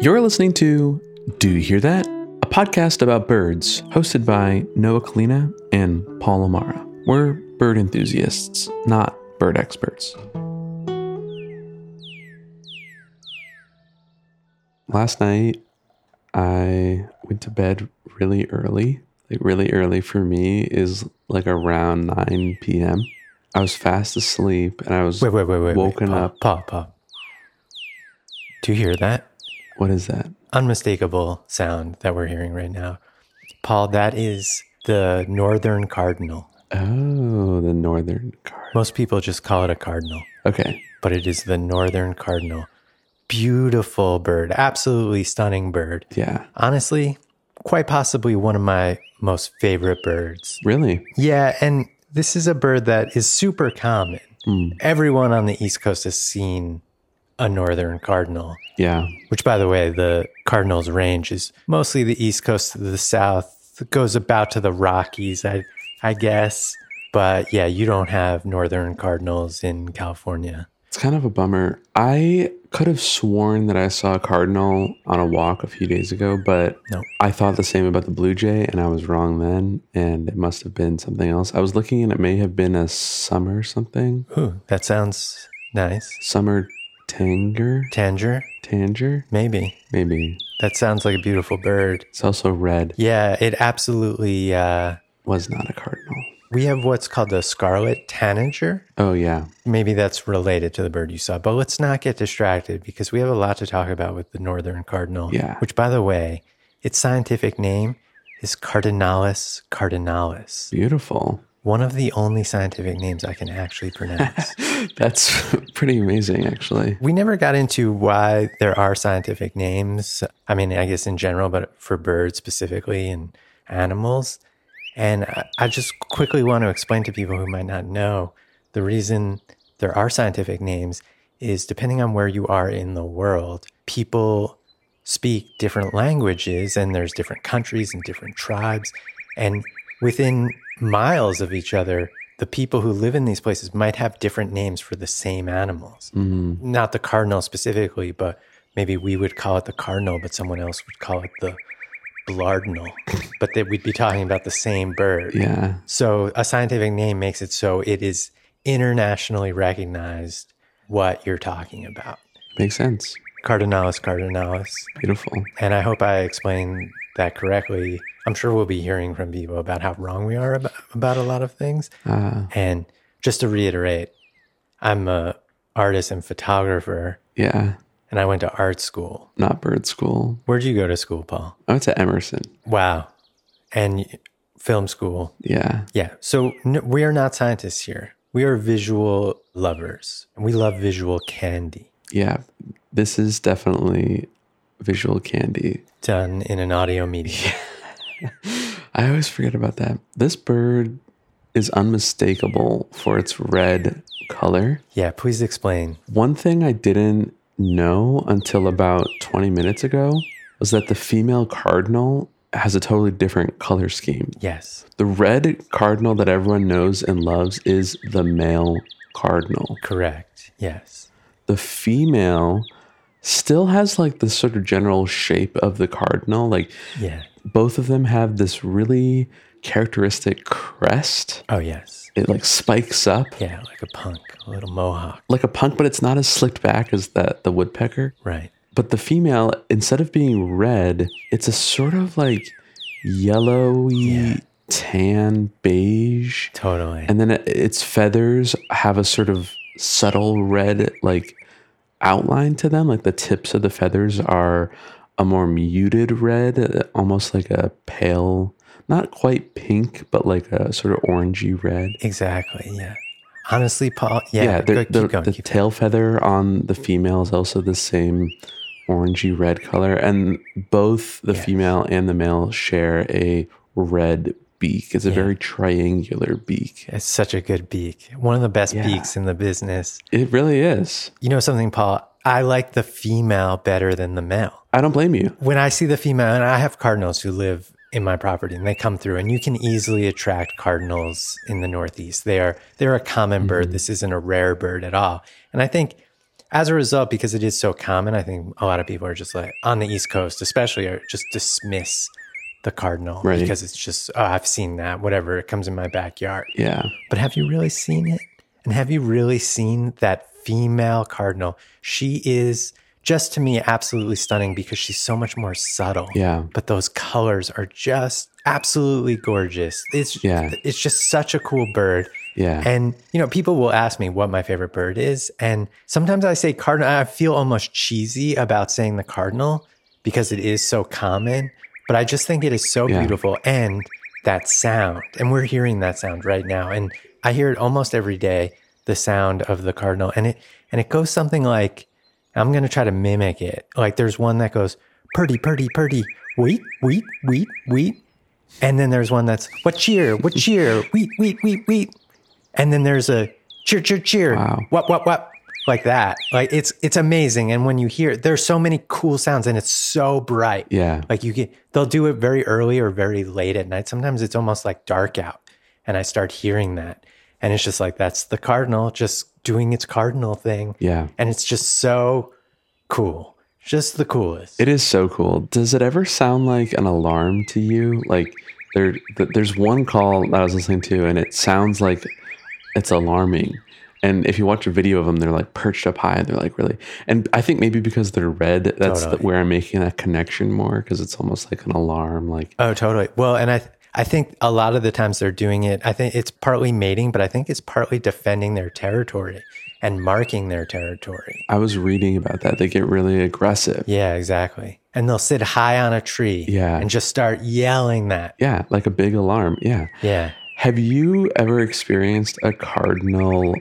You're listening to Do You Hear That? A podcast about birds hosted by Noah Kalina and Paul Amara. We're bird enthusiasts, not bird experts. Last night, I went to bed really early. Like, really early for me is like around 9 p.m. I was fast asleep and I was. Wait, wait, wait, wait. Woken wait. up. Pop, pop. Do you hear that? What is that? Unmistakable sound that we're hearing right now. Paul, that is the northern cardinal. Oh, the northern card. Most people just call it a cardinal, Okay. but it is the northern cardinal. Beautiful bird, absolutely stunning bird. Yeah. Honestly, quite possibly one of my most favorite birds. Really? Yeah, and this is a bird that is super common. Hmm. Everyone on the East Coast has seen a northern cardinal. Yeah. which by the way the cardinals range is mostly the east coast to the south it goes about to the rockies i i guess but yeah you don't have northern cardinals in california It's kind of a bummer. I could have sworn that I saw a cardinal on a walk a few days ago, but No. I thought the same about the blue jay and I was wrong then. And it must have been something else. I was looking and it may have been a summer something. ooh that sounds nice Summer tanger? tanger Tanger? maybe Maybe. that sounds like a beautiful bird It's also red. yeah it absolutely uh Was not a cardinal. we have what's called the scarlet tanager Oh, yeah. maybe that's related to the bird you saw, but let's not get distracted because we have a lot to talk about with the northern cardinal. Yeah. Which, by the way, its scientific name is Cardinalis cardinalis, Beautiful. one of the only scientific names I can actually pronounce. That's pretty amazing, actually. we never got into why there are scientific names. I mean, I guess in general, but for birds specifically and animals. And I- I just quickly want to explain to people who might not know the reason there are scientific names is depending on where you are in the world, people speak different languages and there's different countries and different tribes. And within miles of each other, the people who live in these places might have different names for the same animals Mm. not the cardinal specifically, but maybe we would call it the cardinal, but someone else would call it the blardinal. but that we'd be talking about the same bird. Yeah. So a scientific name makes it so it is internationally recognized what you're talking about. Makes sense. Cardinalis cardinalis. Beautiful. And I hope I explained that correctly. I'm sure we'll be hearing from people about how wrong we are about, about a lot of things. Uh, And just to reiterate, I'm a artist and photographer yeah. and I went to art school. Not bird school. Where'd you go to school, Paul? I went to Emerson. Wow. And y- film school. Yeah. Yeah. So n- we are not scientists here. We are visual lovers. And we love visual candy Yeah. This is definitely visual candy. done in an audio medium. I always forget about that. This bird is unmistakable for its red color. Yeah. Please explain. One thing I didn't know until about 20 minutes ago was that the female cardinal has a totally different color scheme. Yes. The red cardinal that everyone knows and loves is the male cardinal. Correct. Yes. the female still has like the sort of general shape of the cardinal. Like Yeah. both of them have this really characteristic crest. Oh, yes. It like spikes up Yeah. Like a punk, a little mohawk. like a punk, but it's not as slicked back as the, the woodpecker. Right. But the female, instead of being red, it's a sort of like yellowy Yeah. tan beige. Totally. and then it- its feathers have a sort of subtle red like outline to them like the tips of the feathers are a more muted red uh, almost like a pale not quite pink but like a sort of orangey red exactly. Yeah. Honestly, Paul. Yeah. the, the- go- keep going. the keep tail feather on the female is also the same orangey red color and both the Yes. female and the male share a red beak it's a Yeah. very triangular beak It's such a good beak. One of the best Yeah. beaks in the business. it really is You know something, Paul? I like the female better than the male. i don't blame you When I see the female, and I have cardinals who live in my property and they come through and you can easily attract cardinals in the northeast. They are they're a common bird. This isn't a rare bird at all. And I think as a result, because it is so common, I think a lot of people are just like on the East Coast, especially, are just dismiss the cardinal Right. because it's just oh, I've seen that. Whatever, it comes in my backyard. Yeah. But have you really seen it? And have you really seen that female cardinal? She is just to me absolutely stunning because she's so much more subtle. Yeah. But those colors are just absolutely gorgeous. It's Yeah. it's just such a cool bird. Yeah. And you know, people will ask me what my favorite bird is, and sometimes I say cardinal. I feel almost cheesy about saying the cardinal because it is so common, but I just think it is so Yeah. beautiful and that sound. And we're hearing that sound right now, and I hear it almost every day. The sound of the cardinal, and it and it goes something like, I'm gonna try to mimic it. Like there's one that goes purdy purdy purdy wheat wheat wheat wheat, and then there's one that's what cheer what cheer wheat wheat wheat wheat. And then there's a cheer, cheer, cheer, Wow. what, what, what, like that. Like it's it's amazing. And when you hear, it, there's so many cool sounds, and it's so bright. yeah. Like you get, they'll do it very early or very late at night. Sometimes it's almost like dark out, and I start hearing that, and it's just like that's the cardinal just doing its cardinal thing, Yeah. and it's just so cool, just the coolest. It is so cool. Does it ever sound like an alarm to you? Like there, th- there's one call that I was listening to, and it sounds like it's alarming. And if you watch a video of them, they're like perched up high. They're like really, and I think maybe because they're red, that's the- Totally. where I'm making that connection more because it's almost like an alarm. Like Oh, totally. Well, and I I think a lot of the times they're doing it. I think it's partly mating, but I think it's partly defending their territory and marking their territory. I was reading about that, they get really aggressive. Yeah, Yeah, exactly. And they'll sit high on a tree Yeah. and just start yelling that. like a big alarm. Yeah. Yeah. Have you ever experienced a cardinal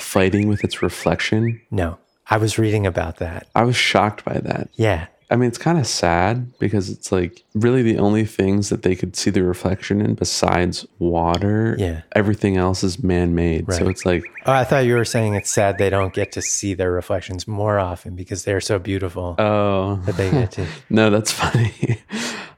fighting with its reflection? No. I was reading about that. I was shocked by that. Yeah. I mean, it's kind of sad because it's like really the only things that they could see the reflection in besides water. Yeah. Everything else is man made. So Right. it's like, Oh, I thought you were saying it's sad they don't get to see their reflections more often because they're so beautiful oh, that they get to. no, that's funny.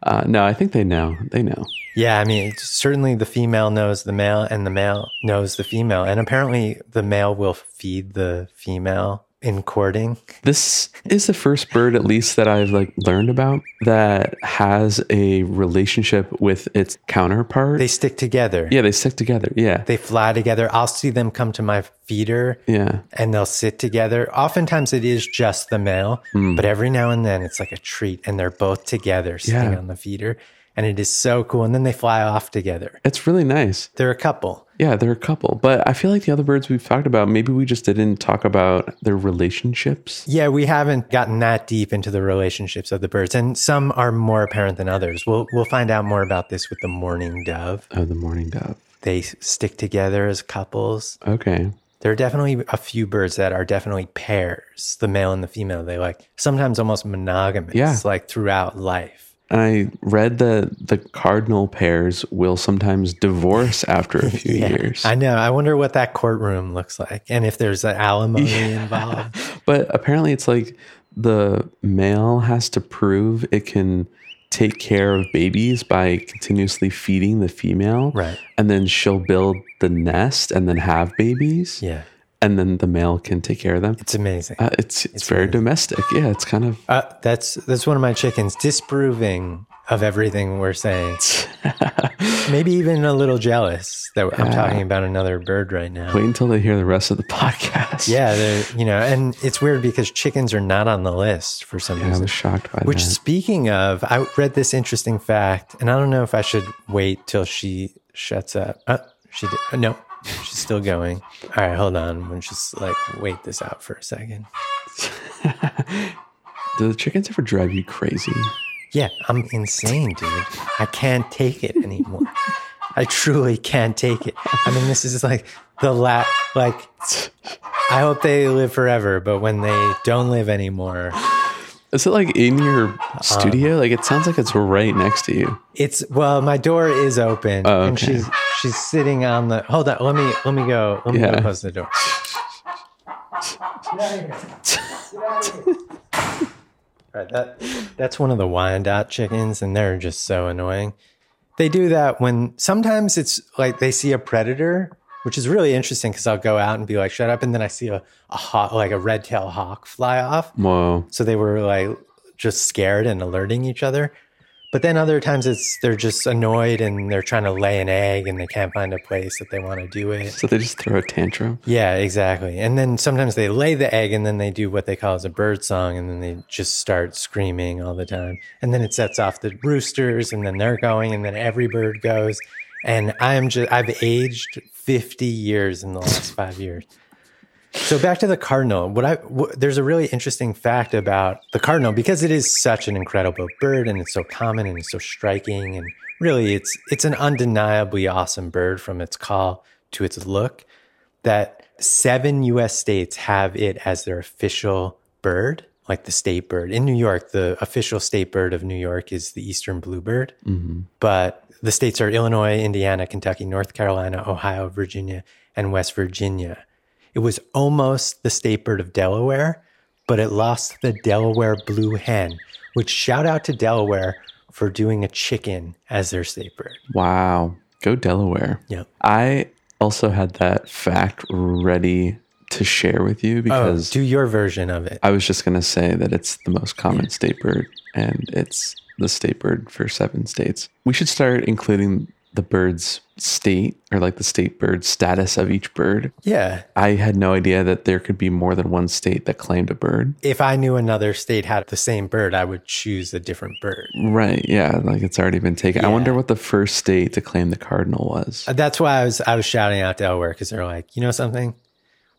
Uh, no, I think they know. They know. Yeah, I mean, it's- certainly the female knows the male and the male knows the female. And apparently the male will feed the female in courting. This is the first bird, at least that I've like learned about, that has a relationship with its counterpart. They stick together. yeah, they stick together. Yeah. They fly together. I'll see them come to my feeder yeah. and they'll sit together. Oftentimes it is just the male, Hmm. but every now and then it's like a treat and they're both together sitting Yeah. on the feeder. And it is so cool. And then they fly off together. It's really nice. They're a couple. Yeah, they're a couple, but I feel like the other birds we've talked about, maybe we just didn't talk about their relationships. Yeah, we haven't gotten that deep into the relationships of the birds, and some are more apparent than others. We'll we'll find out more about this with the mourning dove. Oh, the mourning dove. They s- stick together as couples. Okay. There are definitely a few birds that are definitely pairs, the male and the female. They like sometimes almost monogamous, Yeah. like throughout life. And I read that the cardinal pairs will sometimes divorce after a few years. I know. I wonder what that courtroom looks like, and if there's an alimony involved. But apparently, it's like the male has to prove it can take care of babies by continuously feeding the female. Right. And then she'll build the nest and then have babies. Yeah, And then the male can take care of them. it's amazing. Uh, it's, it's very domestic. Yeah, it's kind of Uh, that's that's one of my chickens disproving of everything we're saying. Maybe even a little jealous that I'm talking about another bird right now. Wait until they hear the rest of the podcast. Yeah, they're you know, and it's weird because chickens are not on the list for some I reason. was shocked by Which, that. speaking of, I read this interesting fact, and I don't know if I should wait till she shuts up. Uh, she did, uh, no, she's still going. All right, hold on. I'm just like wait this out for a second. Do the chickens ever drive you crazy? Yeah, I'm insane, dude. I can't take it anymore. I truly can't take it. I mean, this is like the last, like, I hope they live forever, but when they don't live anymore, Is it like in your Uh, studio? Like it sounds like it's right next to you. it's, well, my door is open Oh, and okay. she's, she's sitting on the, hold on, let me, let me go, let me go Yeah. close the door. Right, that that's one of the Wyandotte chickens, and they're just so annoying. They do that when sometimes it's like they see a predator which is really interesting because I'll go out and be like, shut up. And then I see a, a hawk, like a red tail hawk fly off. Whoa. So they were like just scared and alerting each other. But then other times it's they're just annoyed and they're trying to lay an egg and they can't find a place that they want to do it. So they just throw a tantrum. Yeah, exactly. And then sometimes they lay the egg and then they do what they call as a bird song and then they just start screaming all the time. And then it sets off the roosters and then they're going and then every bird goes. And I'm just I've aged 50 years in the last 5 years. So back to the cardinal. What I what, there's a really interesting fact about the cardinal because it is such an incredible bird and it's so common and it's so striking and really it's it's an undeniably awesome bird from its call to its look that seven US states have it as their official bird, like the state bird. In New York, the official state bird of New York is the eastern bluebird. But the states are Illinois, Indiana, Kentucky, North Carolina, Ohio, Virginia, and West Virginia. It was almost the state bird of Delaware, but it lost the Delaware blue hen, which shout out to Delaware for doing a chicken as their state bird. Wow. Go Delaware. Yep. I also had that fact ready to share with you Oh, because do your version of it. I was just going to say that it's the most common state bird and it's the state bird for seven states. We should start including the bird's state or like the state bird status of each bird. Yeah. I had no idea that there could be more than one state that claimed a bird. if I knew another state had the same bird, I would choose a different bird. Right. Yeah. Like it's already been taken. I Yeah. wonder what the first state to claim the cardinal was. That's why I was I was shouting out Delaware because they're like, you know something,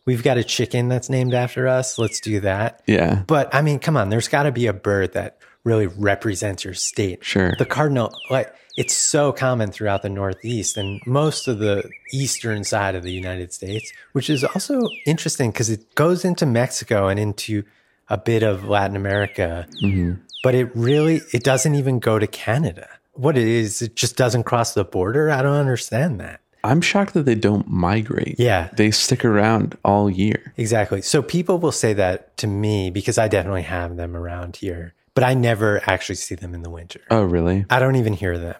we've got a chicken that's named after us. Let's do that. Yeah. But I mean, come on, there's got to be a bird that really represents your state. Sure. The cardinal, like, it's so common throughout the Northeast and most of the eastern side of the United States, which is also interesting because it goes into Mexico and into a bit of Latin America. But it really, it doesn't even go to Canada. What it is, it just doesn't cross the border. I don't understand that. I'm shocked that they don't migrate. Yeah. They stick around all year. Exactly. So people will say that to me because I definitely have them around here, but I never actually see them in the winter. Oh, really? I don't even hear them.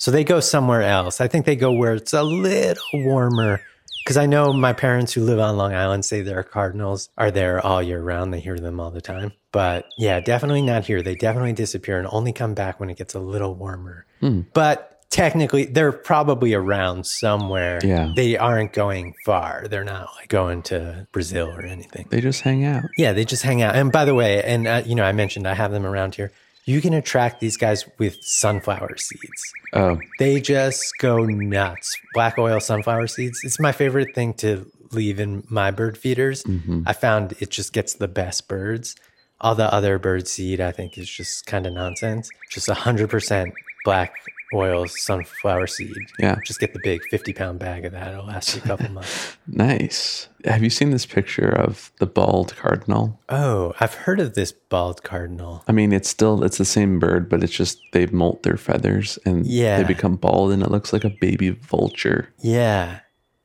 So they go somewhere else. I think they go where it's a little warmer. Because I know my parents who live on Long Island say their cardinals are there all year round. They hear them all the time. But yeah, definitely not here. They definitely disappear and only come back when it gets a little warmer. Hmm. But technically, they're probably around somewhere. Yeah. They aren't going far. They're not like going to Brazil or anything. They just hang out. Yeah, they just hang out. And by the way, and uh, you know, I mentioned I have them around here. You can attract these guys with sunflower seeds. Oh, They just go nuts. Black oil sunflower seeds. It's my favorite thing to leave in my bird feeders. Mm-hmm. I found it just gets the best birds. All the other bird seed, I think, is just kind of nonsense. Just 100% black oil sunflower seed. Yeah. Just get the big 50 pound bag of that. It'll last you a couple months. nice. Have you seen this picture of the bald cardinal? Oh, I've heard of this bald cardinal. I mean, it's still it's the same bird, but it's just they molt their feathers and Yeah. they become bald, and it looks like a baby vulture. Yeah.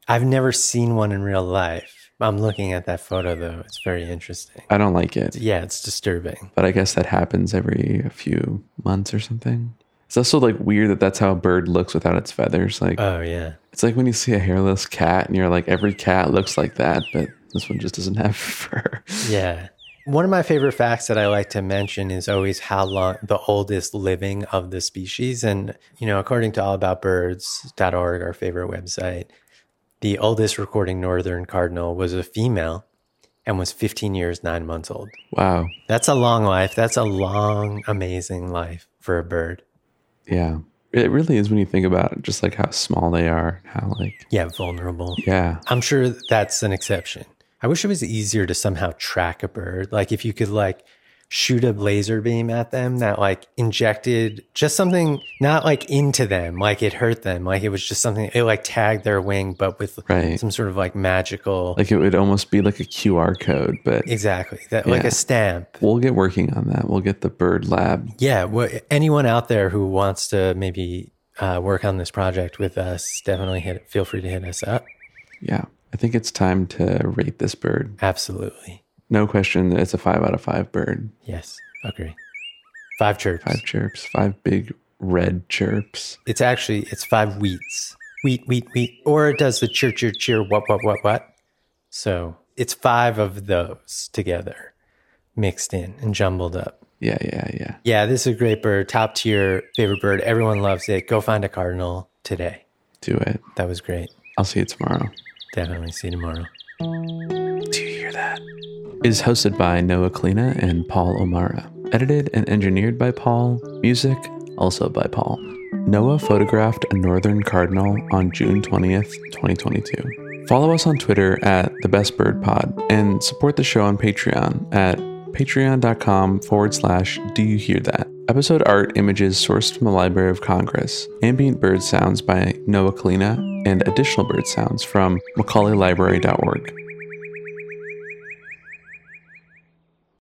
I've never seen one in real life. I'm looking at that photo though. It's very interesting. I don't like it, Yeah, it's disturbing. but I guess that happens every few months or something. It's also like weird that that's how a bird looks without its feathers. Like Oh, yeah. it's like when you see a hairless cat, and you're like, every cat looks like that, but this one just doesn't have fur. Yeah. One of my favorite facts that I like to mention is always how long the oldest living of the species. And, you know, according to allaboutbirds.org, our favorite website, the oldest recording northern cardinal was a female and was 15 years, nine months old. Wow. That's a long life. That's a long, amazing life for a bird. Yeah. It really is when you think about just like how small they are, how like Yeah, vulnerable. yeah. I'm sure that's an exception. I wish it was easier to somehow track a bird. Like if you could like shoot a laser beam at them that like injected just something not like into them, like it hurt them, like it was just something it like tagged their wing, but with Right. some sort of like magical Like it would almost be like a QR code, but exactly that like Yeah. a stamp. we'll get working on that. We'll get the bird lab. Yeah, wha- anyone out there who wants to maybe uh, work on this project with us, definitely hit feel free to hit us up. Yeah. I think it's time to rate this bird. Absolutely, No question that it's a five out of five bird. yes, agree. Five chirps. Five chirps, five big red chirps. It's actually it's five wheats. wheat, wheat, wheat, or it does the cheer, cheer, cheer, what, what, what, what. So it's five of those together mixed in and jumbled up. Yeah, yeah, yeah. Yeah, this is a great bird, top tier favorite bird. Everyone loves it. Go find a cardinal today. Do it. That was great. I'll see you tomorrow. Definitely see you tomorrow. Do you hear that? Is hosted by Noah Kalina and Paul O'Mara. Edited and engineered by Paul. Music also by Paul. Noah photographed a northern cardinal on June 20th, 2022. Follow us on Twitter at the Best Bird Pod and support the show on Patreon at patreon.com forward slash do you hear that. Episode art images sourced from the Library of Congress, ambient bird sounds by Noah Kalina, and additional bird sounds from macaulaylibrary.org.